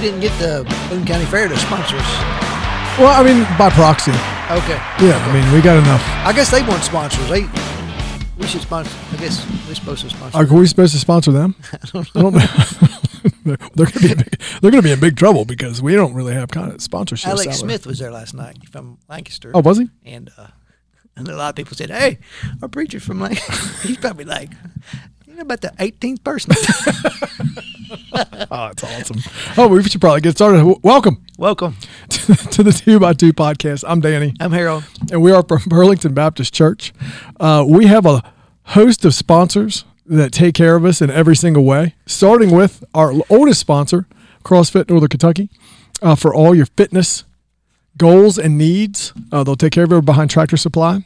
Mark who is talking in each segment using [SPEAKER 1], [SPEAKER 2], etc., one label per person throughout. [SPEAKER 1] didn't get the Boone County Fair to sponsor us.
[SPEAKER 2] Well, I mean, by proxy.
[SPEAKER 1] Okay.
[SPEAKER 2] Yeah, I mean, we got enough.
[SPEAKER 1] I guess they want sponsors. They we should sponsor. I guess we're supposed to sponsor.
[SPEAKER 2] Are we supposed to sponsor them? I don't know. they're they're gonna be in big- they're gonna be in big trouble because we don't really have kind of sponsorship.
[SPEAKER 1] Alex
[SPEAKER 2] out there.
[SPEAKER 1] Smith was there last night from Lancaster.
[SPEAKER 2] Oh, was he?
[SPEAKER 1] and uh, and a lot of people said, "Hey, our preacher's from Lancaster." He's probably like, "You know about the 18th person."
[SPEAKER 2] Oh, that's awesome. Oh, we should probably get started. W- Welcome
[SPEAKER 1] Welcome.
[SPEAKER 2] to, to the Two by Two podcast. I'm Danny,
[SPEAKER 1] I'm Harold.
[SPEAKER 2] and we are from Burlington Baptist Church. Uh, we have a host of sponsors that take care of us in every single way, starting with our oldest sponsor, CrossFit Northern Kentucky, uh, for all your fitness goals and needs. Uh, they'll take care of you behind Tractor Supply,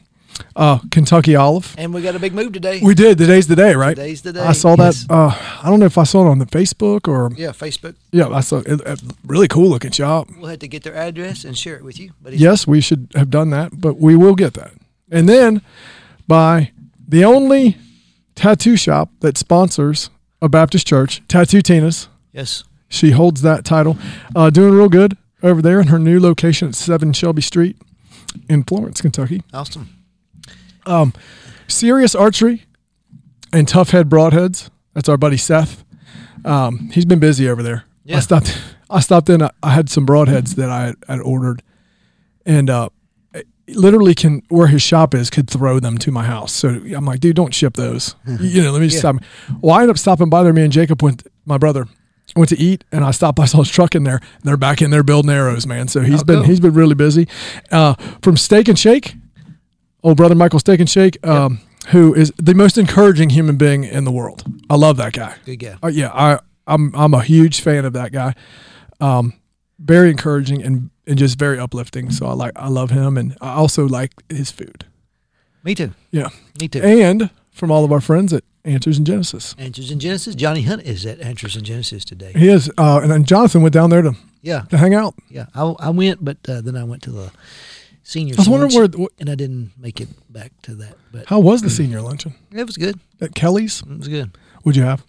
[SPEAKER 2] uh, Kentucky Olive.
[SPEAKER 1] And we got a big move today.
[SPEAKER 2] We did. Today's the day, right?
[SPEAKER 1] Today's the day.
[SPEAKER 2] I saw
[SPEAKER 1] Yes.
[SPEAKER 2] that. Uh, I don't know if I saw it on the Facebook or
[SPEAKER 1] yeah, Facebook.
[SPEAKER 2] yeah, I saw it, it, really cool looking shop.
[SPEAKER 1] We'll have to get their address and share it with you. But it's
[SPEAKER 2] Yes, we should have done that, but we will get that. And then by the only tattoo shop that sponsors a Baptist church, Tattoo Tina's.
[SPEAKER 1] yes.
[SPEAKER 2] She holds that title. Uh, doing real good over there in her new location at 7 Shelby Street in Florence, Kentucky.
[SPEAKER 1] Awesome.
[SPEAKER 2] Serious Archery and Tough Head Broadheads. That's our buddy Seth. Um, he's been busy over there.
[SPEAKER 1] Yeah.
[SPEAKER 2] I stopped. I stopped in. I, I had some broadheads that I had, had ordered, and uh, literally can where his shop is could throw them to my house. So I'm like, dude, don't ship those. you know, let me just stop. Well, I ended up stopping by there. Me and Jacob went. My brother went to eat, and I stopped by saw his truck in there. They're back in there building arrows, man. So he's
[SPEAKER 1] Oh,
[SPEAKER 2] been
[SPEAKER 1] cool.
[SPEAKER 2] he's been really busy. Uh, from Steak and Shake, old brother Michael Steak and Shake, um, who is the most encouraging human being in the world. I love that guy.
[SPEAKER 1] Good guy.
[SPEAKER 2] Uh, yeah, I I'm I'm a huge fan of that guy. Um, very encouraging and and just very uplifting. So I like I love him, and I also like his food.
[SPEAKER 1] Me too.
[SPEAKER 2] Yeah,
[SPEAKER 1] Me too.
[SPEAKER 2] and from all of our friends at Answers in Genesis,
[SPEAKER 1] Answers in Genesis. Johnny Hunt is at Answers in Genesis today.
[SPEAKER 2] he is. Uh, and then Jonathan went down there to,
[SPEAKER 1] Yeah,
[SPEAKER 2] to hang out.
[SPEAKER 1] yeah. I, I went, but uh, then I went to the senior.
[SPEAKER 2] I was wondering where what,
[SPEAKER 1] and I didn't make it back to that. But
[SPEAKER 2] how was the senior luncheon
[SPEAKER 1] it was good.
[SPEAKER 2] at Kelly's?
[SPEAKER 1] It was good.
[SPEAKER 2] Would you have?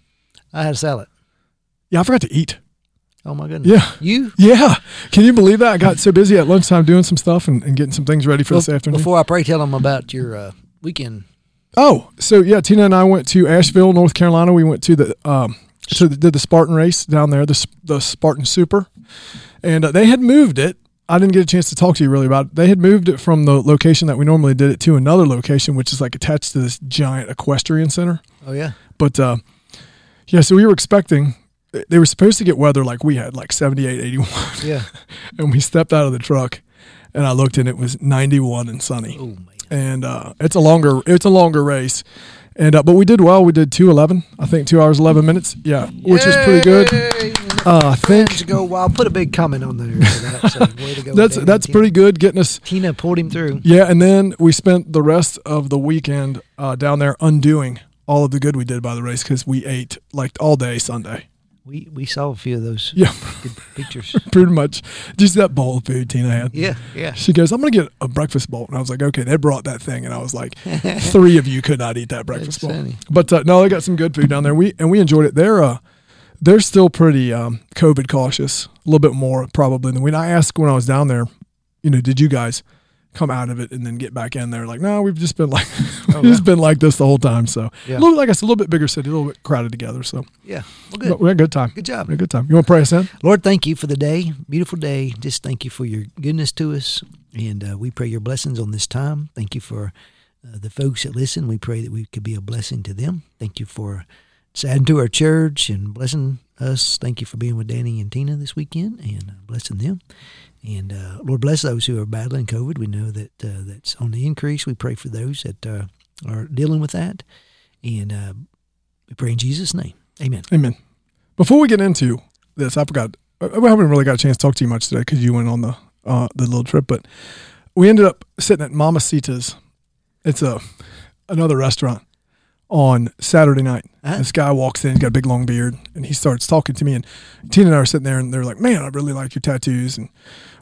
[SPEAKER 1] I had a salad.
[SPEAKER 2] Yeah, I forgot to eat.
[SPEAKER 1] Oh my goodness.
[SPEAKER 2] Yeah.
[SPEAKER 1] You
[SPEAKER 2] Yeah, can you believe that? I got so busy at lunchtime doing some stuff and, and getting some things ready for this
[SPEAKER 1] Bef-
[SPEAKER 2] afternoon.
[SPEAKER 1] Before I pray, tell them about your uh, weekend.
[SPEAKER 2] Oh, so yeah, Tina and I went to Asheville, North Carolina. We went to the um, so they did the Spartan race down there, the S- the Spartan Super, and uh, they had moved it. I didn't get a chance to talk to you really about it. They had moved it from the location that we normally did it to another location, which is like attached to this giant equestrian center.
[SPEAKER 1] Oh yeah.
[SPEAKER 2] But uh, yeah, so we were expecting. They were supposed to get weather like we had, like 78, 81.
[SPEAKER 1] Yeah.
[SPEAKER 2] And we stepped out of the truck and I looked and it was 91 and sunny
[SPEAKER 1] Oh man.
[SPEAKER 2] and uh, it's a longer it's a longer race. And uh, but we did well. We did two eleven, I think, two hours eleven minutes. Yeah, which was pretty good.
[SPEAKER 1] Yay!
[SPEAKER 2] Uh, I think
[SPEAKER 1] Friends go wild. Put a big comment on there. For that. So, way to go,
[SPEAKER 2] that's
[SPEAKER 1] Dan.
[SPEAKER 2] that's
[SPEAKER 1] Tina-
[SPEAKER 2] pretty good getting us.
[SPEAKER 1] Tina pulled him through.
[SPEAKER 2] Yeah, and then we spent the rest of the weekend uh, down there undoing all of the good we did by the race because we ate like all day Sunday.
[SPEAKER 1] We we saw a few of those
[SPEAKER 2] Yeah,
[SPEAKER 1] good pictures.
[SPEAKER 2] pretty much just that bowl of food Tina had.
[SPEAKER 1] Yeah, yeah.
[SPEAKER 2] She goes, "I'm gonna get a breakfast bowl," and I was like, "Okay." They brought that thing, and I was like, three of you could not eat that breakfast
[SPEAKER 1] That's
[SPEAKER 2] bowl."
[SPEAKER 1] funny.
[SPEAKER 2] But uh, no, they got some good food down there. We and we enjoyed it. They're uh, they're still pretty um, COVID cautious, a little bit more probably than when I asked when I was down there. You know, did you guys come out of it and then get back in there? Like, no, we've just been like,
[SPEAKER 1] Oh,
[SPEAKER 2] we've just been like this the whole time. So,
[SPEAKER 1] Yeah.
[SPEAKER 2] a little, like I said, a little bit bigger city, a little bit crowded together. So,
[SPEAKER 1] Yeah. Well,
[SPEAKER 2] but
[SPEAKER 1] good.
[SPEAKER 2] we had a good time.
[SPEAKER 1] Good
[SPEAKER 2] We
[SPEAKER 1] job.
[SPEAKER 2] had a good time. You want to pray us in?
[SPEAKER 1] Lord, thank you for the day. Beautiful day. Just thank you for your goodness to us. And uh, we pray your blessings on this time. Thank you for uh, the folks that listen. We pray that we could be a blessing to them. Thank you for adding to our church and blessing us. Thank you for being with Danny and Tina this weekend and uh, blessing them. And uh, Lord, bless those who are battling COVID. We know that uh, that's on the increase. We pray for those that uh, are dealing with that. And uh, we pray in Jesus' name. Amen.
[SPEAKER 2] Amen. Before we get into this, I forgot. I I haven't really got a chance to talk to you much today because you went on the uh, the little trip, but we ended up sitting at Mama Sita's. It's a another restaurant on Saturday night.
[SPEAKER 1] Uh-huh.
[SPEAKER 2] This guy walks in, he's got a big long beard, and he starts talking to me. And Tina and I are sitting there, and they're like, "Man, I really like your tattoos." And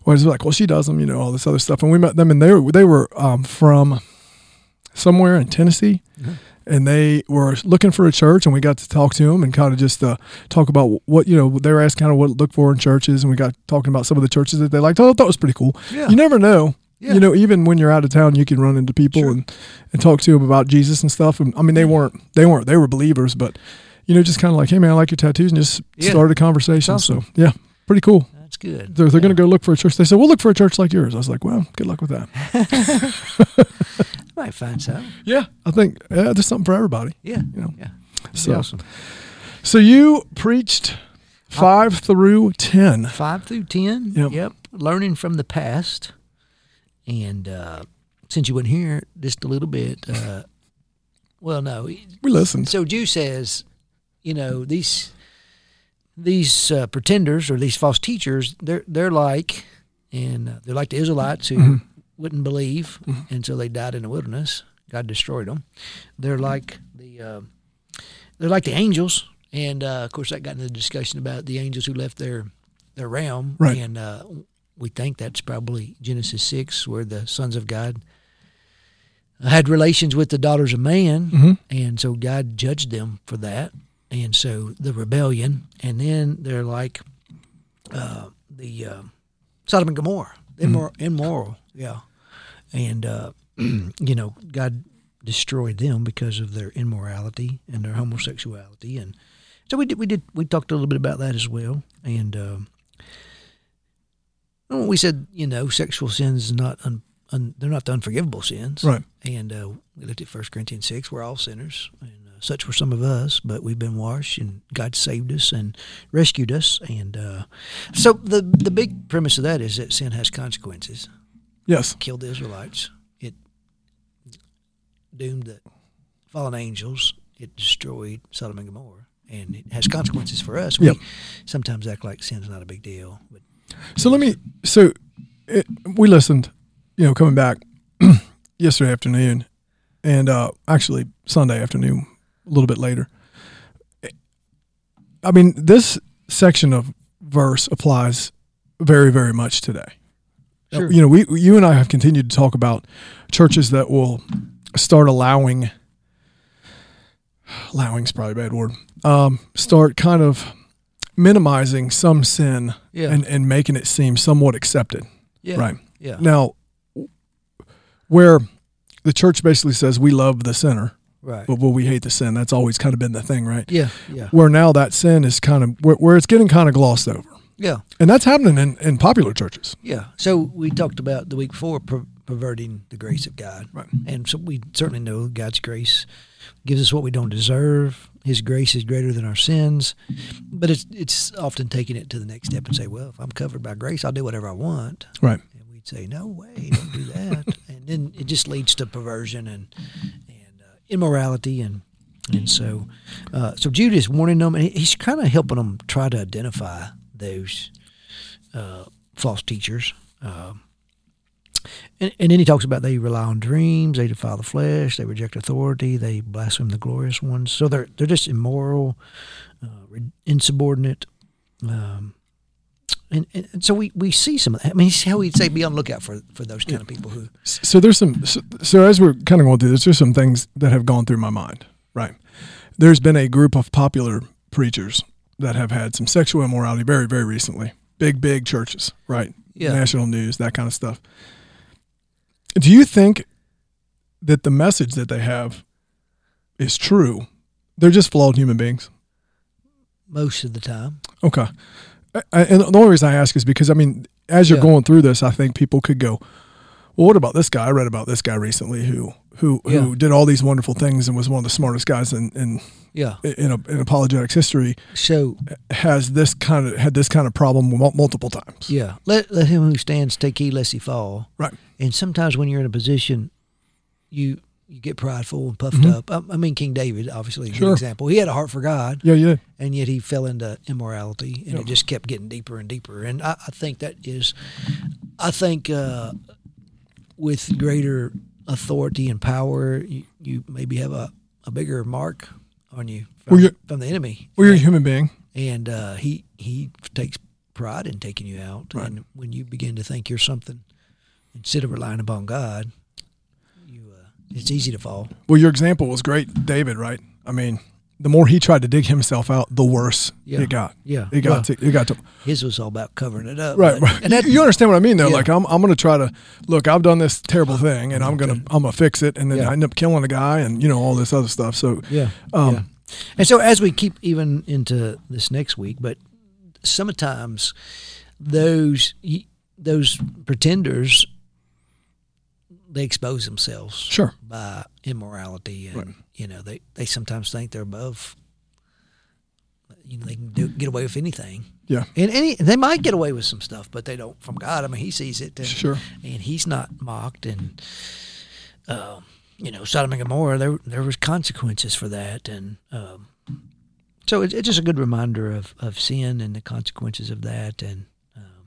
[SPEAKER 2] well, he's like, "Well, she does them," you know, all this other stuff. And we met them, and they were, they were um, from somewhere in Tennessee, and they were looking for a church, and we got to talk to them and kind of just uh, talk about what you know they were asking kind of what to look for in churches, and we got talking about some of the churches that they liked. Oh, that was pretty cool.
[SPEAKER 1] Yeah.
[SPEAKER 2] You never know.
[SPEAKER 1] Yeah.
[SPEAKER 2] You know, even when you're out of town, you can run into people
[SPEAKER 1] Sure.
[SPEAKER 2] and, and talk to them about Jesus and stuff. And I mean, they weren't they weren't they were believers, but you know, just kind of like, hey man, I like your tattoos, and just
[SPEAKER 1] Yeah.
[SPEAKER 2] started a conversation.
[SPEAKER 1] That's awesome.
[SPEAKER 2] So yeah, pretty cool.
[SPEAKER 1] That's good.
[SPEAKER 2] They're, they're going to go look for a church. They said, we'll look for a church like yours. I was like, well, good luck with that.
[SPEAKER 1] Might find something.
[SPEAKER 2] Yeah, I think yeah, there's something for everybody.
[SPEAKER 1] Yeah.
[SPEAKER 2] You know,
[SPEAKER 1] Yeah. That'd be
[SPEAKER 2] so
[SPEAKER 1] awesome.
[SPEAKER 2] so you preached five through ten.
[SPEAKER 1] Five through ten.
[SPEAKER 2] Yep.
[SPEAKER 1] Learning from the past. And uh, since you weren't here just a little bit, uh, well, no.
[SPEAKER 2] We listened.
[SPEAKER 1] So Jew says, you know, these these uh, pretenders or these false teachers, they're they're like, and uh, they're like the Israelites who wouldn't believe, and so they died in the wilderness. God destroyed them. They're like the uh, they're like the angels, and uh, of course that got into the discussion about the angels who left their their realm,
[SPEAKER 2] Right.
[SPEAKER 1] and uh, we think that's probably Genesis six, where the sons of God had relations with the daughters of man, and so God judged them for that, and so the rebellion, and then they're like uh, the uh, Sodom and Gomorrah, immor- immoral, yeah, and uh, you know God destroyed them because of their immorality and their homosexuality, and so we did we did we talked a little bit about that as well, and. Um, well, we said, you know, sexual sins is not un, un, they're not the unforgivable sins,
[SPEAKER 2] Right.
[SPEAKER 1] and uh, we looked at First Corinthians six. We're all sinners, and uh, such were some of us. But we've been washed, and God saved us and rescued us. And uh, so the the big premise of that is that sin has consequences.
[SPEAKER 2] Yes.
[SPEAKER 1] Killed the Israelites. It doomed the fallen angels. It destroyed Sodom and Gomorrah, and it has consequences for us. We
[SPEAKER 2] Yep.
[SPEAKER 1] sometimes act like sin's not a big deal, but
[SPEAKER 2] So let me. So it, we listened. You know, coming back yesterday afternoon, and uh, actually Sunday afternoon, a little bit later. I mean, this section of verse applies very, very much today.
[SPEAKER 1] Sure.
[SPEAKER 2] You know, we you and I have continued to talk about churches that will start allowing allowing's probably a bad word. Um, start kind of minimizing some sin
[SPEAKER 1] Yeah.
[SPEAKER 2] and, and making it seem somewhat accepted.
[SPEAKER 1] yeah,
[SPEAKER 2] Right.
[SPEAKER 1] yeah,
[SPEAKER 2] Now where the church basically says we love the sinner,
[SPEAKER 1] right,
[SPEAKER 2] but will we hate the sin? That's always kind of been the thing, right?
[SPEAKER 1] yeah, yeah,
[SPEAKER 2] Where now that sin is kind of where, where it's getting kind of glossed over.
[SPEAKER 1] yeah.
[SPEAKER 2] And that's happening in, in popular churches.
[SPEAKER 1] Yeah. So we talked about the week before per- perverting the grace of God.
[SPEAKER 2] Right.
[SPEAKER 1] And so we certainly know God's grace gives us what we don't deserve. His grace is greater than our sins. But it's it's often taking it to the next step and say, well, if I'm covered by grace, I'll do whatever I want.
[SPEAKER 2] Right.
[SPEAKER 1] And we'd say, no way, don't do that. and then it just leads to perversion and and uh, immorality and and so uh, so Jude is warning them, and he- he's kind of helping them try to identify those uh, false teachers. Um and, and then he talks about they rely on dreams, they defile the flesh, they reject authority, they blaspheme the glorious ones. So they're they're just immoral, uh, re- insubordinate. Um, and, and and so we, we see some of that. I mean, he's how he'd say be on the lookout for, for those kind of people who.
[SPEAKER 2] So there's some. So, so as we're kind of going through this, there's some things that have gone through my mind. Right. There's been a group of popular preachers that have had some sexual immorality very, very recently. Big, big churches. Right.
[SPEAKER 1] Yeah.
[SPEAKER 2] National news, that kind of stuff. Do you think that the message that they have is true? They're just flawed human beings.
[SPEAKER 1] most of the time.
[SPEAKER 2] Okay. I, I- and the only reason I ask is because I mean, as you're
[SPEAKER 1] Yeah.
[SPEAKER 2] going through this, I think people could go, "Well, what about this guy? I read about this guy recently who who who
[SPEAKER 1] Yeah.
[SPEAKER 2] did all these wonderful things and was one of the smartest guys in in
[SPEAKER 1] Yeah.
[SPEAKER 2] in, a, in apologetics history.
[SPEAKER 1] So
[SPEAKER 2] Has this kind of had this kind of problem mul- multiple times?
[SPEAKER 1] yeah, let let him who stands take heed lest he fall.
[SPEAKER 2] Right.
[SPEAKER 1] And sometimes when you're in a position, you you get prideful and puffed up. I, I mean, King David obviously is a good
[SPEAKER 2] Sure.
[SPEAKER 1] example. He had a heart for God,
[SPEAKER 2] Yeah, yeah,
[SPEAKER 1] and yet he fell into immorality, and
[SPEAKER 2] Yeah.
[SPEAKER 1] it just kept getting deeper and deeper. And I, I think that is, I think uh, with greater authority and power, you, you maybe have a, a bigger mark on you from,
[SPEAKER 2] Well, you-
[SPEAKER 1] from the enemy.
[SPEAKER 2] Well, you're a human being.
[SPEAKER 1] and uh, he he takes pride in taking you out.
[SPEAKER 2] Right.
[SPEAKER 1] And when you begin to think you're something instead of relying upon God, you uh, It's easy to fall.
[SPEAKER 2] Well, your example was great, David. Right? I mean, the more he tried to dig himself out, the worse
[SPEAKER 1] Yeah.
[SPEAKER 2] it got.
[SPEAKER 1] Yeah.
[SPEAKER 2] It got. to, it got to.
[SPEAKER 1] His was all about covering it up.
[SPEAKER 2] Right.
[SPEAKER 1] but-
[SPEAKER 2] right.
[SPEAKER 1] And that,
[SPEAKER 2] you understand what I mean, though.
[SPEAKER 1] Yeah.
[SPEAKER 2] Like, I'm, I'm going to try to look. I've done this terrible thing, and I'm gonna I'm gonna fix it, and then
[SPEAKER 1] Yeah.
[SPEAKER 2] I end up killing a guy, and you know all this other stuff. So
[SPEAKER 1] Yeah.
[SPEAKER 2] Um,
[SPEAKER 1] yeah. And so as we keep even into this next week, but sometimes those y- those pretenders they expose themselves
[SPEAKER 2] sure,
[SPEAKER 1] by immorality, and
[SPEAKER 2] Right.
[SPEAKER 1] you know they they sometimes think they're above. You know, they can do, get away with anything,
[SPEAKER 2] yeah,
[SPEAKER 1] and any they might get away with some stuff, but they don't from God. I mean, He sees it, and,
[SPEAKER 2] Sure.
[SPEAKER 1] and He's not mocked. And um, you know, Sodom and Gomorrah, there there was consequences for that, and um, so it's it's just a good reminder of of sin and the consequences of that, and um,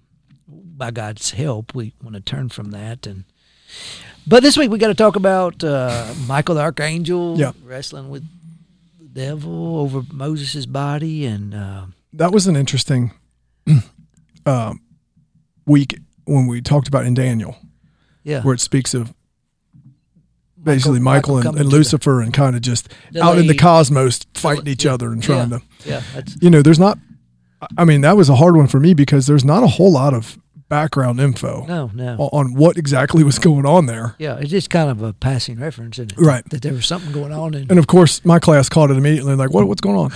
[SPEAKER 1] by God's help, we want to turn from that and. But this week we got to talk about uh, Michael the Archangel
[SPEAKER 2] Yeah.
[SPEAKER 1] wrestling with the devil over Moses' body, and uh,
[SPEAKER 2] that was an interesting uh, week when we talked about in Daniel,
[SPEAKER 1] yeah,
[SPEAKER 2] where it speaks of basically
[SPEAKER 1] Michael
[SPEAKER 2] Michael, and,
[SPEAKER 1] coming to
[SPEAKER 2] and
[SPEAKER 1] the-
[SPEAKER 2] Lucifer, and kind of just out in the
[SPEAKER 1] Delay-
[SPEAKER 2] cosmos fighting each
[SPEAKER 1] yeah,
[SPEAKER 2] other and trying
[SPEAKER 1] yeah,
[SPEAKER 2] to.
[SPEAKER 1] yeah, that's
[SPEAKER 2] You know, there's not. I- I mean, that was a hard one for me because there's not a whole lot of background info
[SPEAKER 1] no, no.
[SPEAKER 2] on on what exactly was going on there.
[SPEAKER 1] Yeah, it's just kind of a passing reference, isn't it?
[SPEAKER 2] Right.
[SPEAKER 1] That there was something going on, and
[SPEAKER 2] And of course, my class caught it immediately. Like, what, what's going on?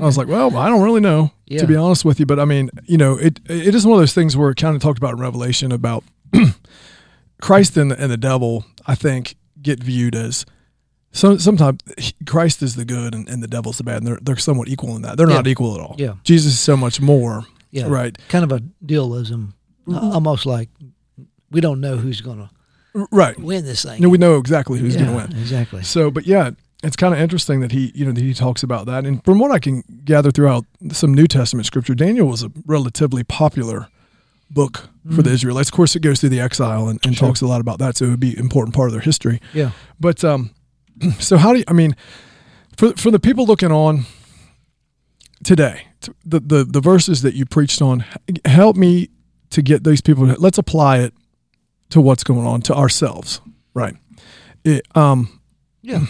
[SPEAKER 2] I was like, well, I don't really know,
[SPEAKER 1] Yeah.
[SPEAKER 2] to be honest with you. But I mean, you know, it it is one of those things where it kind of talked about in Revelation about Christ and the, and the devil. I think get viewed as so, sometimes Christ is the good and, and the devil's the bad, and they're they're somewhat equal in that. They're not
[SPEAKER 1] Yeah.
[SPEAKER 2] equal at all.
[SPEAKER 1] Yeah.
[SPEAKER 2] Jesus is so much more.
[SPEAKER 1] yeah,
[SPEAKER 2] Right. Mm-hmm.
[SPEAKER 1] Kind of a dualism, uh, almost like we don't know who's going to
[SPEAKER 2] R- Right.
[SPEAKER 1] win this thing.
[SPEAKER 2] And we know exactly who's
[SPEAKER 1] Yeah,
[SPEAKER 2] going to win.
[SPEAKER 1] Exactly.
[SPEAKER 2] So, but yeah, it's kind of interesting that he, you know, that he talks about that. And from what I can gather throughout some New Testament scripture, Daniel was a relatively popular book for the Israelites. Of course, it goes through the exile and, and
[SPEAKER 1] Sure.
[SPEAKER 2] talks a lot about that. So it would be an important part of their history.
[SPEAKER 1] Yeah,
[SPEAKER 2] But um, so how do you, I mean, for, for the people looking on today, t- the, the, the verses that you preached on, h- help me to get these people, let's apply it to what's going on to ourselves. Right. It, um,
[SPEAKER 1] yeah.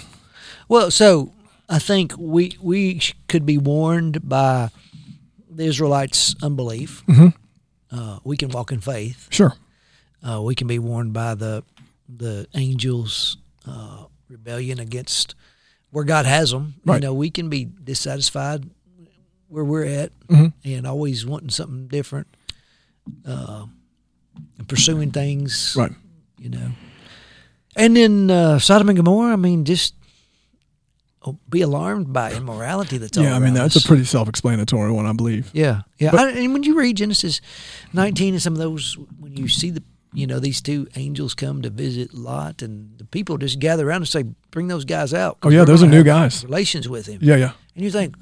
[SPEAKER 1] Well, so I think we we sh- could be warned by the Israelites' unbelief.
[SPEAKER 2] mm-hmm.
[SPEAKER 1] Uh, we can walk in faith.
[SPEAKER 2] Sure.
[SPEAKER 1] Uh, we can be warned by the the angels' uh, rebellion against where God has them. You
[SPEAKER 2] Right.
[SPEAKER 1] know, we can be dissatisfied where we're at
[SPEAKER 2] Mm-hmm.
[SPEAKER 1] and always wanting something different, uh, and pursuing things.
[SPEAKER 2] Right.
[SPEAKER 1] You know, and then uh, Sodom and Gomorrah. I mean, just oh, be alarmed by immorality. That's all
[SPEAKER 2] yeah, I mean
[SPEAKER 1] around
[SPEAKER 2] that's
[SPEAKER 1] us.
[SPEAKER 2] a pretty self-explanatory one, I believe.
[SPEAKER 1] Yeah, yeah. I, and when you read Genesis 19 and some of those, when you see the, you know, these two angels come to visit Lot, and the people just gather around and say, "Bring those guys out." 'cause
[SPEAKER 2] Oh yeah,
[SPEAKER 1] we're
[SPEAKER 2] those are
[SPEAKER 1] gonna
[SPEAKER 2] new
[SPEAKER 1] have
[SPEAKER 2] guys.
[SPEAKER 1] Relations with him,
[SPEAKER 2] Yeah, yeah.
[SPEAKER 1] and you think,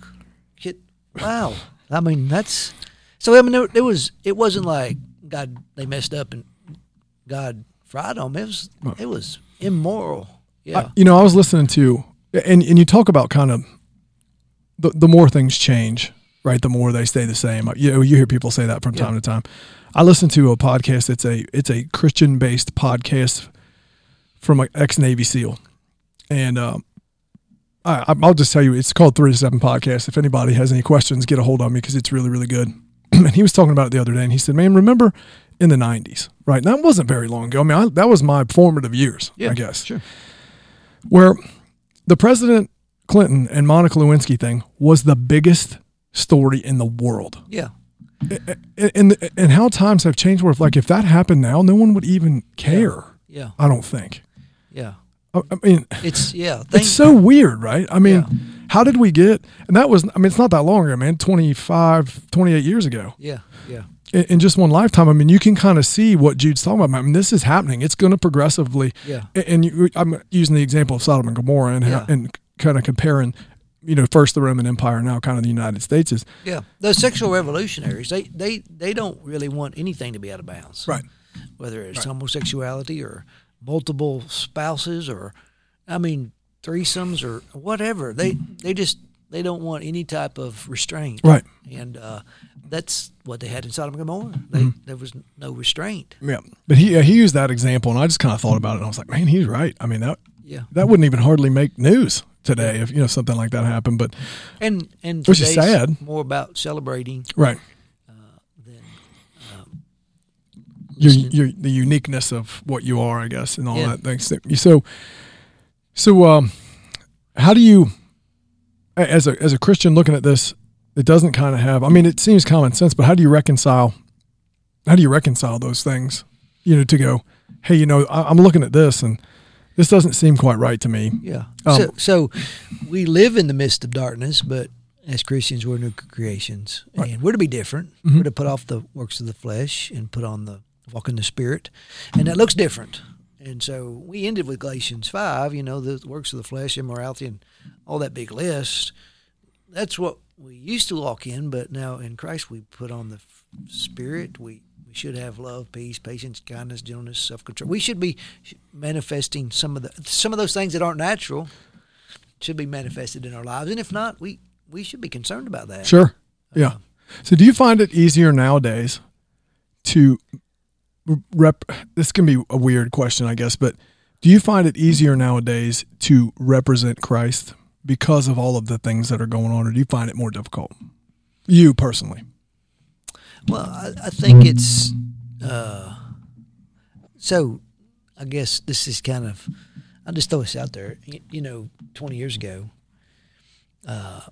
[SPEAKER 1] "Shit, wow." I mean, that's so. I mean, there, there was. It wasn't like God they messed up and God fried them. It was. It was immoral. Yeah.
[SPEAKER 2] I- you know, I was listening to, and and you talk about kind of the the more things change, right? The more they stay the same. You know, you hear people say that from time to time. I listen to a podcast. It's a it's a Christian based podcast from an ex Navy SEAL, and um, I I'm- I'll just tell you, it's called Three to Seven Podcast. If anybody has any questions, get a hold of me because it's really really good. and he was talking about it the other day, and he said, "Man, remember." In the '90s, right? And that wasn't very long ago. I mean, I, that was my formative years,
[SPEAKER 1] yeah.
[SPEAKER 2] I guess
[SPEAKER 1] Sure.
[SPEAKER 2] where the President Clinton and Monica Lewinsky thing was the biggest story in the world.
[SPEAKER 1] Yeah.
[SPEAKER 2] And, and, and how times have changed where if like if that happened now, no one would even care.
[SPEAKER 1] Yeah.
[SPEAKER 2] I don't think.
[SPEAKER 1] Yeah.
[SPEAKER 2] I, I mean,
[SPEAKER 1] It's yeah.
[SPEAKER 2] it's
[SPEAKER 1] Things,
[SPEAKER 2] so weird, right? I mean,
[SPEAKER 1] Yeah.
[SPEAKER 2] how did we get, and that was, I mean, it's not that long ago, man, 25, 28 years ago
[SPEAKER 1] yeah. Yeah.
[SPEAKER 2] in, in just one lifetime. I mean, you can kind of see what Jude's talking about. I mean, this is happening. It's going to progressively.
[SPEAKER 1] Yeah.
[SPEAKER 2] a- And you, I'm using the example of Sodom and Gomorrah and how,
[SPEAKER 1] Yeah.
[SPEAKER 2] and kind of comparing, you know, first the Roman Empire, now kind of the United States is
[SPEAKER 1] Yeah, those sexual revolutionaries, they, they, they don't really want anything to be out of bounds.
[SPEAKER 2] right.
[SPEAKER 1] Whether it's homosexuality or multiple spouses or, I mean, threesomes or whatever. They they just they don't want any type of restraint.
[SPEAKER 2] Right.
[SPEAKER 1] And uh, that's what they had in Sodom and Gomorrah. They,
[SPEAKER 2] Mm-hmm.
[SPEAKER 1] There was no restraint.
[SPEAKER 2] Yeah. But he uh, he used that example, and I just kind of thought about it, and I was like, man, he's right. I mean, that
[SPEAKER 1] Yeah.
[SPEAKER 2] That wouldn't even hardly make news today if you know something like that happened. But
[SPEAKER 1] And and
[SPEAKER 2] Which is
[SPEAKER 1] today's
[SPEAKER 2] sad.
[SPEAKER 1] More about celebrating
[SPEAKER 2] right,
[SPEAKER 1] than
[SPEAKER 2] your, your the uniqueness of what you are, I guess, and all
[SPEAKER 1] Yeah.
[SPEAKER 2] that things. That you, so, so um, how do you, a- as a as a Christian looking at this, it doesn't kind of have. I mean, it seems common sense, but how do you reconcile? How do you reconcile those things? You know, to go, hey, you know, I, I'm looking at this and this doesn't seem quite right to me.
[SPEAKER 1] yeah.
[SPEAKER 2] Um,
[SPEAKER 1] so so we live in the midst of darkness, but as Christians, we're new creations, and we're to be different. We're to put off the works of the flesh and put on the walk in the Spirit, and that looks different. And so we ended with Galatians five. You know, the works of the flesh, immorality, and all that big list. That's what we used to walk in, but now in Christ we put on the f- Spirit. We we should have love, peace, patience, kindness, gentleness, self-control. We should be sh- manifesting some of the some of those things that aren't natural should be manifested in our lives, and if not, we we should be concerned about that.
[SPEAKER 2] Sure. Yeah. So do you find it easier nowadays to rep this can be a weird question I guess, but do you find it easier nowadays to represent Christ because of all of the things that are going on or do you find it more difficult? You personally.
[SPEAKER 1] Well, I, I think it's uh, so. I guess this is kind of. I'll just throw this out there. You, you know, 20 years ago, uh,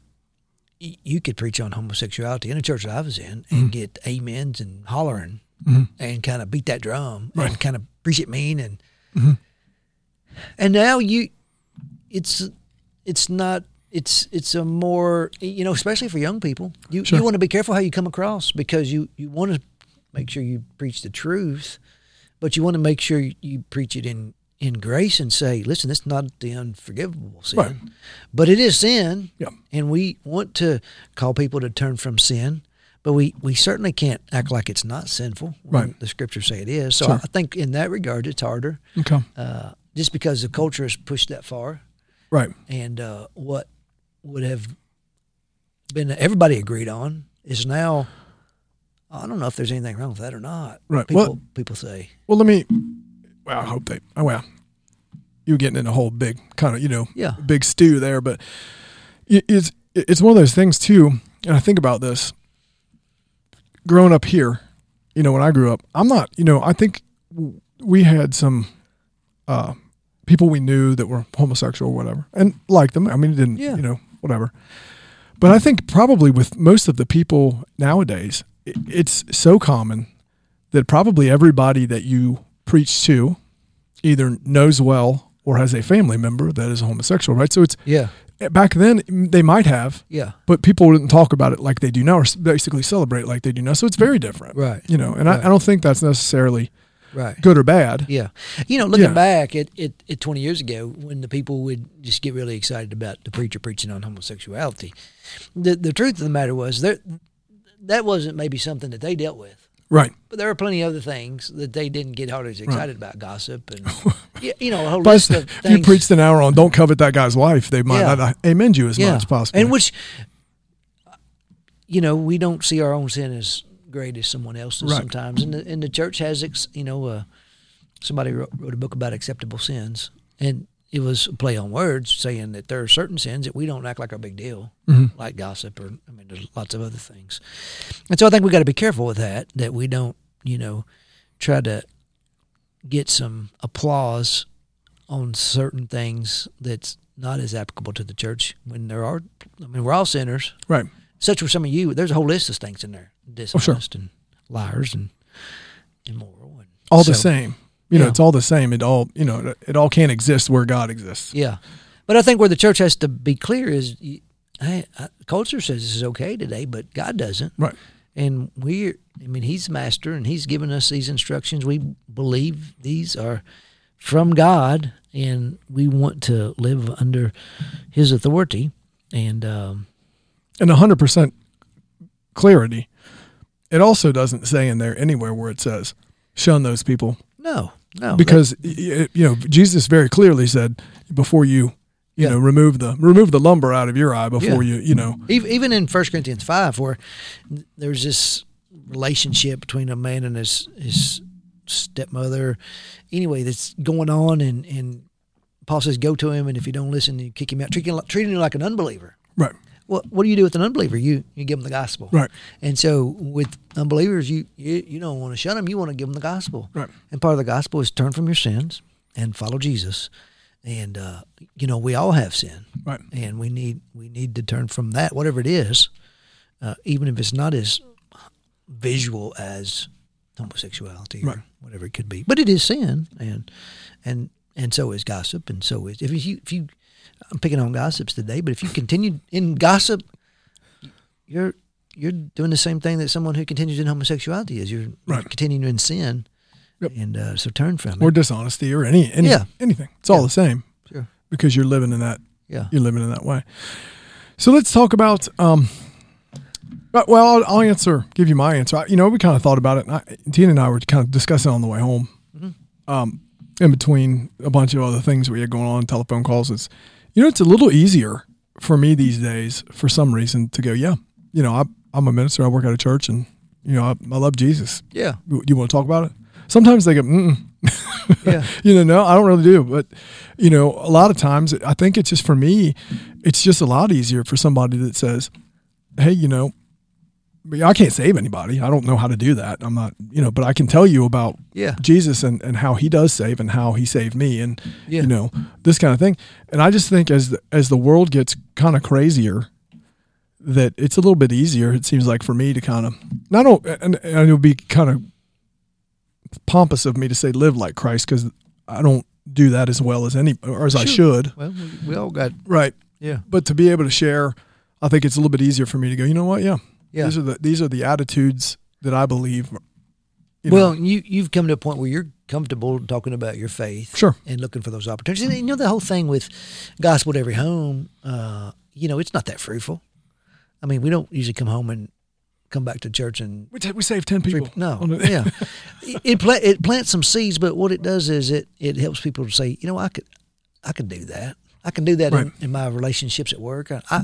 [SPEAKER 1] y- you could preach on homosexuality in a church that I was in
[SPEAKER 2] Mm-hmm.
[SPEAKER 1] and get amens and hollering and kind of beat that drum and kind of preach it mean and
[SPEAKER 2] Mm-hmm.
[SPEAKER 1] and now you, it's it's not it's it's a more you know especially for young people you
[SPEAKER 2] Sure.
[SPEAKER 1] you want to be careful how you come across because you you want to make sure you preach the truth but you want to make sure you preach it in in grace and say listen it's not the unforgivable sin
[SPEAKER 2] Right.
[SPEAKER 1] but it is sin
[SPEAKER 2] Yeah.
[SPEAKER 1] and we want to call people to turn from sin but we, we certainly can't act like it's not sinful when
[SPEAKER 2] Right.
[SPEAKER 1] the scriptures say it is so
[SPEAKER 2] Sure.
[SPEAKER 1] i think in that regard it's harder
[SPEAKER 2] Okay.
[SPEAKER 1] uh, just because the culture has pushed that far
[SPEAKER 2] Right.
[SPEAKER 1] and uh, what would have been everybody agreed on is now. I don't know if there's anything wrong with that or not.
[SPEAKER 2] Right.
[SPEAKER 1] People
[SPEAKER 2] Well-
[SPEAKER 1] people say
[SPEAKER 2] Well, let me well, I hope they oh well. You're getting in a whole big kind of, you know,
[SPEAKER 1] Yeah.
[SPEAKER 2] big stew there, but it- it's it's one of those things too. And I think about this. Growing up here, you know, when I grew up, I'm not, you know, I think w- we had some uh, people we knew that were homosexual or whatever, and liked them. I mean, it didn't,
[SPEAKER 1] Yeah.
[SPEAKER 2] you know, whatever. But I think probably with most of the people nowadays, i- it's so common that probably everybody that you preach to either knows well or has a family member that is homosexual, right? So it's
[SPEAKER 1] yeah
[SPEAKER 2] back then they might have,
[SPEAKER 1] yeah
[SPEAKER 2] but people wouldn't talk about it like they do now, or s- basically celebrate like they do now. So it's very different,
[SPEAKER 1] Right.
[SPEAKER 2] You know, and
[SPEAKER 1] Right.
[SPEAKER 2] I, I don't think that's necessarily
[SPEAKER 1] right
[SPEAKER 2] good or bad.
[SPEAKER 1] yeah. You know, looking
[SPEAKER 2] Yeah.
[SPEAKER 1] back at, at at 20 years ago, when the people would just get really excited about the preacher preaching on homosexuality, the the truth of the matter was there that wasn't maybe something that they dealt with.
[SPEAKER 2] Right.
[SPEAKER 1] But there were plenty of other things that they didn't get hardly as excited about gossip and y- you know a whole
[SPEAKER 2] But
[SPEAKER 1] list of
[SPEAKER 2] if you
[SPEAKER 1] things.
[SPEAKER 2] preached an hour on don't covet that guy's wife, they might
[SPEAKER 1] Yeah.
[SPEAKER 2] not uh, amend you as much as possible.
[SPEAKER 1] And which, you know, we don't see our own sin as great as someone else's
[SPEAKER 2] Right.
[SPEAKER 1] sometimes. And the, and the church has, ex, you know, uh, somebody wrote, wrote a book about acceptable sins. And it was a play on words saying that there are certain sins that we don't act like are a big deal, like gossip or, I mean, there's lots of other things. And so I think we got to be careful with that, that we don't, you know, try to get some applause on certain things that's not as applicable to the church when there are I mean we're all sinners.
[SPEAKER 2] right.
[SPEAKER 1] Such were some of you. There's a whole list of things in there. Dishonest
[SPEAKER 2] sure.
[SPEAKER 1] and liars and immoral and
[SPEAKER 2] All the
[SPEAKER 1] so,
[SPEAKER 2] same. You know,
[SPEAKER 1] Yeah.
[SPEAKER 2] it's all the same. It all, you know, it- it all can't exist where God exists.
[SPEAKER 1] Yeah. But I think where the church has to be clear is you- hey, I, culture says this is okay today, but God doesn't.
[SPEAKER 2] Right.
[SPEAKER 1] And we, are I mean, He's the master, and He's given us these instructions. We believe these are from God, and we want to live under His authority. And um,
[SPEAKER 2] and 100% clarity. It also doesn't say in there anywhere where it says shun those people
[SPEAKER 1] no, no,
[SPEAKER 2] because y- y- you know Jesus very clearly said before you you
[SPEAKER 1] Yeah.
[SPEAKER 2] know remove the remove the lumber out of your eye before
[SPEAKER 1] Yeah.
[SPEAKER 2] you you know
[SPEAKER 1] Ev- even in 1 Corinthians 5, where there's this relationship between a man and his, his stepmother. Anyway, that's going on, and, and Paul says, go to him, and if you don't listen, you kick him out, treating treating him like an unbeliever.
[SPEAKER 2] Right.
[SPEAKER 1] Well, what do you do with an unbeliever? You you give them the gospel.
[SPEAKER 2] Right.
[SPEAKER 1] And so with unbelievers, you you, you don't want to shun them. You want to give them the gospel.
[SPEAKER 2] Right.
[SPEAKER 1] And part of the gospel is turn from your sins and follow Jesus. And uh, you know we all have sin,
[SPEAKER 2] Right.
[SPEAKER 1] and we need we need to turn from that, whatever it is, uh, even if it's not as visual as homosexuality
[SPEAKER 2] Right.
[SPEAKER 1] or whatever it could be. But it is sin, and and and so is gossip, and so is if you if you I'm picking on gossips today, but if you continue in gossip, you're you're doing the same thing that someone who continues in homosexuality is. You're,
[SPEAKER 2] Right.
[SPEAKER 1] continuing in sin,
[SPEAKER 2] Yep.
[SPEAKER 1] and uh, so turn from
[SPEAKER 2] Or
[SPEAKER 1] it.
[SPEAKER 2] dishonesty or any, any
[SPEAKER 1] Yeah.
[SPEAKER 2] anything. It's all the same
[SPEAKER 1] Sure.
[SPEAKER 2] because you're living in that
[SPEAKER 1] Yeah,
[SPEAKER 2] you're living in that way. So let's talk about. Um, but- well, I'll, I'll answer. Give you my answer. I, you know, we kind of thought about it. And I, Tina and I were kind of discussing on the way home, um, in between a bunch of other things we had going on, telephone calls. Is you know, it's a little easier for me these days for some reason to go. Yeah, you know, I, I'm a minister. I work at a church, and you know, I, I love Jesus.
[SPEAKER 1] yeah,
[SPEAKER 2] You, you want to talk about it? Sometimes they go, Mm-mm,
[SPEAKER 1] yeah,
[SPEAKER 2] you know, no, I don't really do. But, you know, a lot of times I think it's just for me, it's just a lot easier for somebody that says, hey, you know, I can't save anybody. I don't know how to do that. I'm not, you know, but I can tell you about
[SPEAKER 1] yeah,
[SPEAKER 2] Jesus and, and how he does save and how he saved me and,
[SPEAKER 1] Yeah.
[SPEAKER 2] you know, this kind of thing. And I just think as the, as the world gets kind of crazier, that it's a little bit easier, it seems like, for me to kind of, and I don't, and, and it would be kind of pompous of me to say live like Christ because I don't do that as well as any or as I
[SPEAKER 1] Sure.
[SPEAKER 2] should.
[SPEAKER 1] Well, we, we all got
[SPEAKER 2] Right.
[SPEAKER 1] yeah,
[SPEAKER 2] But to be able to share, I think it's a little bit easier for me to go, you know what? Yeah.
[SPEAKER 1] yeah.
[SPEAKER 2] These are the these are the attitudes that I believe. you know.
[SPEAKER 1] well, you you've come to a point where you're comfortable talking about your faith,
[SPEAKER 2] Sure.
[SPEAKER 1] and looking for those opportunities. And you know the whole thing with gospel to every home, uh, you know, it's not that fruitful. I mean, we don't usually come home and come back to church and
[SPEAKER 2] we, ta- we save 10 people.
[SPEAKER 1] no,
[SPEAKER 2] On the-
[SPEAKER 1] yeah, it it, pla- it plants some seeds, but what it does is it it helps people to say, you know, I could I could do that. I can do that in,
[SPEAKER 2] Right.
[SPEAKER 1] in my relationships at work. I, I,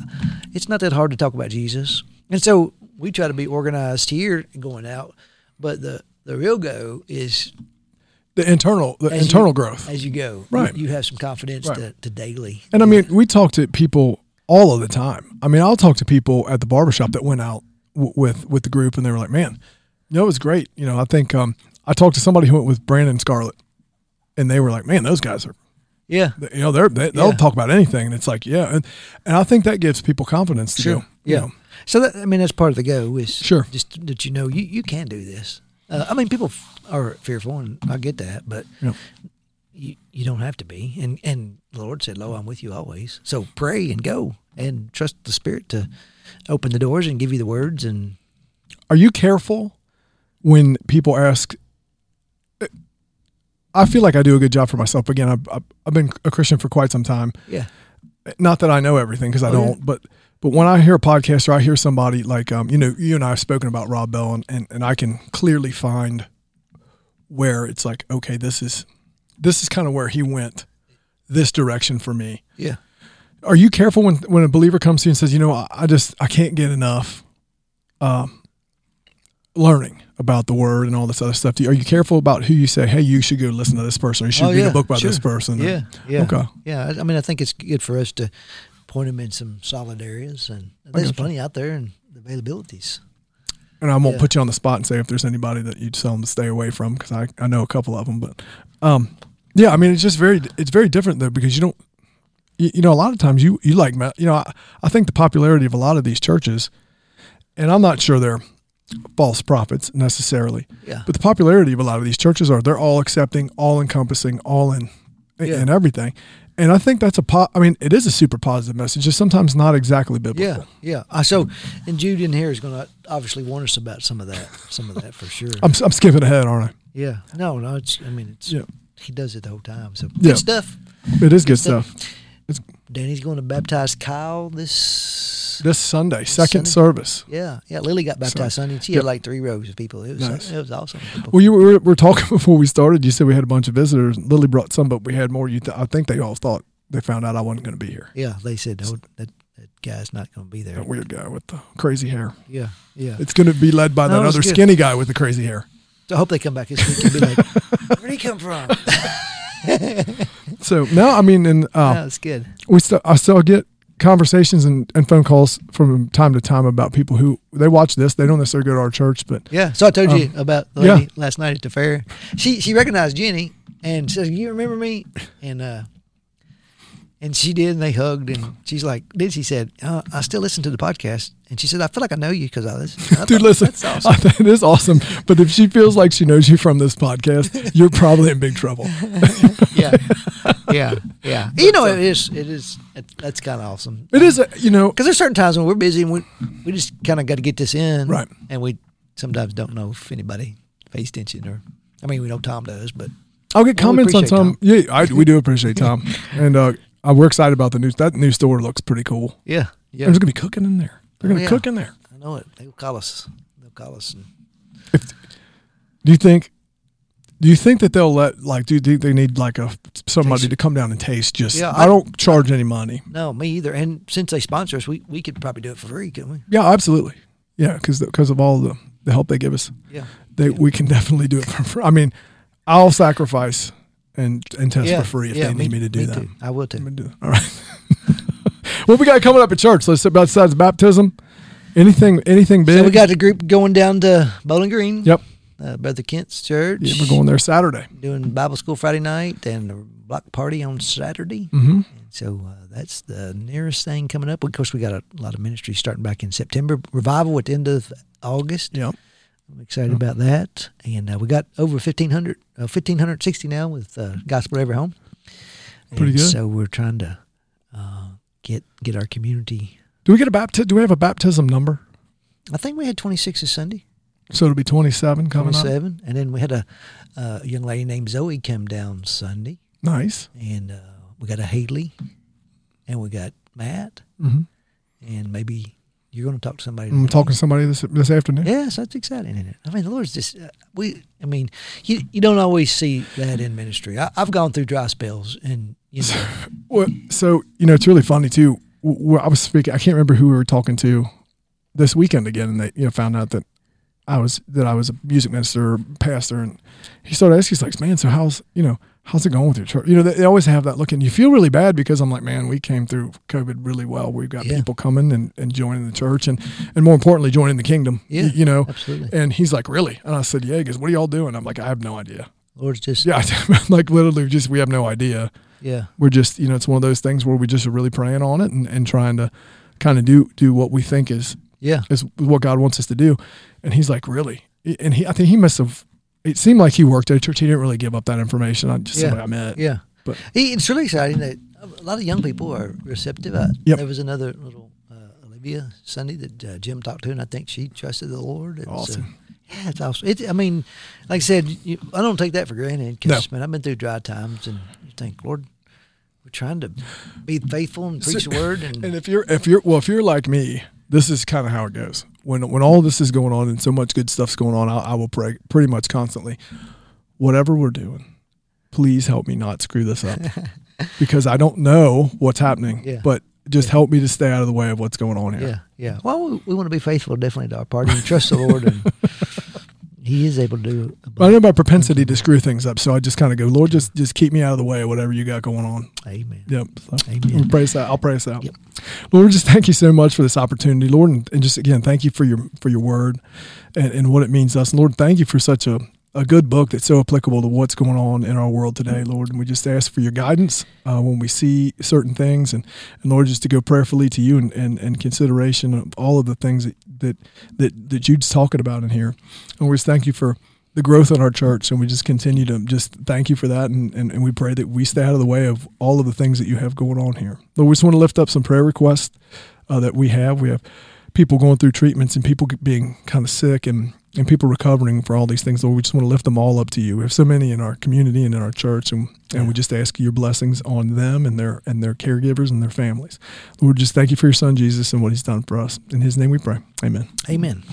[SPEAKER 1] it's not that hard to talk about Jesus, and so we try to be organized here going out, but the the real go is
[SPEAKER 2] The internal the
[SPEAKER 1] As you-
[SPEAKER 2] internal growth.
[SPEAKER 1] as you go.
[SPEAKER 2] Right.
[SPEAKER 1] you, you have some confidence
[SPEAKER 2] Right.
[SPEAKER 1] to, to daily.
[SPEAKER 2] and I mean, we talk to people all of the time. I mean, I'll talk to people at the barbershop that went out w- with with the group and they were like, "Man, you know, it was great." You know, I think um I talked to somebody who went with Brandon Scarlett and they were like, "Man, those guys are
[SPEAKER 1] yeah,
[SPEAKER 2] They- you know they're, they, they'll
[SPEAKER 1] Yeah.
[SPEAKER 2] talk about anything and it's like yeah and, and i think that gives people confidence to go, you
[SPEAKER 1] Yeah.
[SPEAKER 2] know,
[SPEAKER 1] So that I mean, that's part of the go is
[SPEAKER 2] Sure.
[SPEAKER 1] Just that you know you, you can do this. Uh, I mean, people f- are fearful, and I get that, but
[SPEAKER 2] Yeah.
[SPEAKER 1] you you don't have to be. And and the Lord said, "Lo, I'm with you always." So pray and go and trust the Spirit to open the doors and give you the words. And
[SPEAKER 2] are you careful when people ask eh, i feel like i do a good job for myself again i've, I've- I've been a christian for quite some time
[SPEAKER 1] yeah,
[SPEAKER 2] not that i know everything because i
[SPEAKER 1] Oh, yeah.
[SPEAKER 2] don't but but when i hear a podcast or i hear somebody like um, you know you and i have spoken about rob bell and, and, and i can clearly find where it's like okay this is this is kind of where he went this direction for me
[SPEAKER 1] yeah,
[SPEAKER 2] are you careful when when a believer comes to you and says, you know, I, I just I can't get enough um, learning about the word and all this other stuff? Do you, are you careful about who you say, hey, you should go listen to this person, or you should
[SPEAKER 1] Oh,
[SPEAKER 2] read
[SPEAKER 1] yeah,
[SPEAKER 2] a book by this
[SPEAKER 1] sure.
[SPEAKER 2] person?
[SPEAKER 1] yeah, yeah.
[SPEAKER 2] Okay.
[SPEAKER 1] Yeah, I I mean, I think it's good for us to point them in some solid areas, and there's
[SPEAKER 2] gotcha.
[SPEAKER 1] plenty out there and the availabilities.
[SPEAKER 2] And I won't
[SPEAKER 1] Yeah.
[SPEAKER 2] put you on the spot and say if there's anybody that you'd tell them to stay away from because I, I know a couple of them, but um, yeah, I mean it's just very it's very different though because you don't you, you know a lot of times you you like ma- you know I, I think the popularity of a lot of these churches, and I'm not sure they're false prophets necessarily,
[SPEAKER 1] Yeah,
[SPEAKER 2] But the popularity of a lot of these churches are they're all accepting, all encompassing, all in
[SPEAKER 1] Yeah.
[SPEAKER 2] and everything. And I think that's a po- I mean, it is a super positive message. It's sometimes not exactly biblical.
[SPEAKER 1] Yeah, yeah. Uh, so, and Jude in here is going to obviously warn us about some of that, some of that for sure.
[SPEAKER 2] I'm, I'm skipping ahead, aren't
[SPEAKER 1] yeah. No, no. It's. I mean, it's.
[SPEAKER 2] Yeah.
[SPEAKER 1] He does it the whole time. So
[SPEAKER 2] Yeah.
[SPEAKER 1] good stuff.
[SPEAKER 2] I? It is good stuff.
[SPEAKER 1] Danny's going to baptize Kyle this.
[SPEAKER 2] This Sunday, second
[SPEAKER 1] Sunday?
[SPEAKER 2] service.
[SPEAKER 1] Yeah, yeah. Lily got baptized Sunday. She had
[SPEAKER 2] Yep.
[SPEAKER 1] like three rows of people. It was
[SPEAKER 2] Nice.
[SPEAKER 1] it was awesome. People.
[SPEAKER 2] Well, you were, we were talking before we started. You said we had a bunch of visitors. Lily brought some, but we had more. You, th- I think they all thought they found out I wasn't going to be here.
[SPEAKER 1] yeah, they said oh, that that guy's not going to be there.
[SPEAKER 2] That weird guy with the crazy hair.
[SPEAKER 1] Yeah, yeah.
[SPEAKER 2] It's going to be led by
[SPEAKER 1] No,
[SPEAKER 2] that
[SPEAKER 1] it was
[SPEAKER 2] other
[SPEAKER 1] good.
[SPEAKER 2] skinny guy with the crazy hair.
[SPEAKER 1] So I hope they come back this week and be like, "Where'd he come from?"
[SPEAKER 2] So no, I mean, and uh,
[SPEAKER 1] no, it's good.
[SPEAKER 2] we still I still get conversations and, and phone calls from time to time about people who they watch this. They don't necessarily go to our church, but
[SPEAKER 1] Yeah. So I told you about the
[SPEAKER 2] Um, yeah.
[SPEAKER 1] lady last night at the fair. She she recognized Jenny and says, "You remember me?" And uh, and she did, and they hugged, and she's like, "Did she said uh, I still listen to the podcast?" And she said, "I feel like I know you because I listen." I
[SPEAKER 2] dude,
[SPEAKER 1] thought,
[SPEAKER 2] listen,
[SPEAKER 1] that's awesome.
[SPEAKER 2] that is awesome. But if she feels like she knows you from this podcast, you're probably in big trouble.
[SPEAKER 1] yeah, yeah, yeah. You know, it is. It is. It, that's kind of awesome.
[SPEAKER 2] It is, a, you know,
[SPEAKER 1] because there's certain times when we're busy and we we just kind of got to get this in,
[SPEAKER 2] Right.
[SPEAKER 1] And we sometimes don't know if anybody pays attention or, I mean, we know Tom does, but
[SPEAKER 2] I'll get
[SPEAKER 1] Well, we
[SPEAKER 2] comments on
[SPEAKER 1] appreciate
[SPEAKER 2] some. Yeah, I, we do appreciate Tom, and uh, I, we're excited about the news. That new store looks pretty cool.
[SPEAKER 1] yeah, yeah.
[SPEAKER 2] There's gonna be cooking in there. They're gonna
[SPEAKER 1] Oh, yeah.
[SPEAKER 2] cook in there.
[SPEAKER 1] I know it. They'll call us. They'll call us. And,
[SPEAKER 2] Do you think? Do you think that they'll let like? Do you think they need like a somebody to come down and taste? Just
[SPEAKER 1] Yeah,
[SPEAKER 2] I,
[SPEAKER 1] I-
[SPEAKER 2] don't charge any money.
[SPEAKER 1] no, me either. And since they sponsor us, we, we could probably do it for free, couldn't we?
[SPEAKER 2] Yeah, absolutely. Yeah, because because of all the, the help they give us,
[SPEAKER 1] Yeah.
[SPEAKER 2] they we can definitely do it for. free. I mean, I'll sacrifice and and test
[SPEAKER 1] yeah.
[SPEAKER 2] for free if
[SPEAKER 1] yeah,
[SPEAKER 2] they need me, to do that.
[SPEAKER 1] too. I will too.
[SPEAKER 2] I'm gonna do that. All right. what we got coming up at church? Let's sit besides baptism. Anything anything big?
[SPEAKER 1] So we got the group going down to Bowling Green.
[SPEAKER 2] Yep.
[SPEAKER 1] Uh, Brother Kent's church.
[SPEAKER 2] Yeah, we're going there Saturday.
[SPEAKER 1] Doing Bible school Friday night and a block party on Saturday.
[SPEAKER 2] Mm-hmm.
[SPEAKER 1] And so uh, that's the nearest thing coming up. Of course, we got a lot of ministries starting back in September. Revival at the end of August.
[SPEAKER 2] Yeah.
[SPEAKER 1] I'm
[SPEAKER 2] Mm-hmm.
[SPEAKER 1] excited about that. And uh, we got over 1,500, uh, 1,560 now with uh, Gospel Every Home.
[SPEAKER 2] Pretty
[SPEAKER 1] And
[SPEAKER 2] good.
[SPEAKER 1] So we're trying to uh, get get our community.
[SPEAKER 2] Do we get a baptism? Do we have a baptism number?
[SPEAKER 1] I think we had 26 this Sunday,
[SPEAKER 2] So it'll be twenty seven coming up.
[SPEAKER 1] 27. And then we had a uh, young lady named Zoe come down Sunday.
[SPEAKER 2] Nice.
[SPEAKER 1] And uh, we got a Haley. And we got Matt.
[SPEAKER 2] Mm-hmm.
[SPEAKER 1] And maybe you're going to talk to somebody.
[SPEAKER 2] I'm
[SPEAKER 1] today.
[SPEAKER 2] talking to somebody this this afternoon.
[SPEAKER 1] Yes, that's exciting, isn't it? I mean, the Lord's just uh, we. I mean, you you don't always see that in ministry. I, I've gone through dry spells, and you know,
[SPEAKER 2] Well, so you know, it's really funny too. W- Where I was speaking, I can't remember who we were talking to this weekend again, and they you know found out that I was that I was a music minister, pastor, and he started asking, he's like, "Man, so how's you know how's it going with your church?" You know, they, they always have that look, and you feel really bad because I'm like, "Man, we came through COVID really well. We've got
[SPEAKER 1] Yeah.
[SPEAKER 2] people coming and, and joining the church, and and more importantly, joining the kingdom." y-
[SPEAKER 1] Yeah.
[SPEAKER 2] you know.
[SPEAKER 1] absolutely,
[SPEAKER 2] And he's like, really? And I said, yeah. He goes, what are y'all doing? I'm like, I have no idea.
[SPEAKER 1] Lord's just yeah.
[SPEAKER 2] Yeah, like literally, just we have no idea we're just you know it's one of those things where we just are really praying on it and, and trying to kind of do do what we think is
[SPEAKER 1] Yeah,
[SPEAKER 2] is what God wants us to do and he's like really and he I think he must have it seemed like he worked at a church he didn't really give up that information I just
[SPEAKER 1] Yeah.
[SPEAKER 2] somebody I met
[SPEAKER 1] yeah.
[SPEAKER 2] But-
[SPEAKER 1] It- it's really exciting that a lot of young people are receptive. I,
[SPEAKER 2] Yep.
[SPEAKER 1] There was another little uh, Olivia Sunday that uh, Jim talked to, and I think she trusted the Lord. It was, uh,
[SPEAKER 2] Awesome.
[SPEAKER 1] yeah, it's awesome. It, I mean, like I said, you, I don't take that for granted because
[SPEAKER 2] No.
[SPEAKER 1] man, I've been through dry times, and you think, Lord, we're trying to be faithful and preach the word,
[SPEAKER 2] and if you're if you're well if you're like me this is kind of how it goes when when all this is going on and so much good stuff's going on I, I will pray pretty much constantly whatever we're doing please help me not screw this up because I don't know what's happening
[SPEAKER 1] Yeah.
[SPEAKER 2] but just help me to stay out of the way of what's going on here
[SPEAKER 1] Yeah, yeah. Well, we, we want to be faithful, definitely, to our party and trust the Lord, and He is able to do.
[SPEAKER 2] I
[SPEAKER 1] abundant-
[SPEAKER 2] know my propensity to screw things up, so I just kind of go, Lord, just just keep me out of the way of whatever you got going on.
[SPEAKER 1] Amen.
[SPEAKER 2] Yep. So
[SPEAKER 1] Amen.
[SPEAKER 2] we'll praise that. I'll praise that.
[SPEAKER 1] Yep.
[SPEAKER 2] Lord, just thank you so much for this opportunity, Lord, and, and just again, thank you for your for your word and, and what it means to us. Lord, thank you for such a a good book that's so applicable to what's going on in our world today, Lord. And we just ask for your guidance uh, when we see certain things, and, and Lord, just to go prayerfully to you and, and, and consideration of all of the things that, that that that Jude's talking about in here. And we just thank you for the growth in our church and we just continue to just thank you for that and, and, and we pray that we stay out of the way of all of the things that you have going on here lord we just want to lift up some prayer requests uh, that we have we have people going through treatments and people being kind of sick and, and people recovering for all these things lord we just want to lift them all up to you we have so many in our community and in our church and, and we just ask your blessings on them and their and their caregivers and their families lord just thank you for your son jesus and what he's done for us in his name we pray amen
[SPEAKER 1] Amen.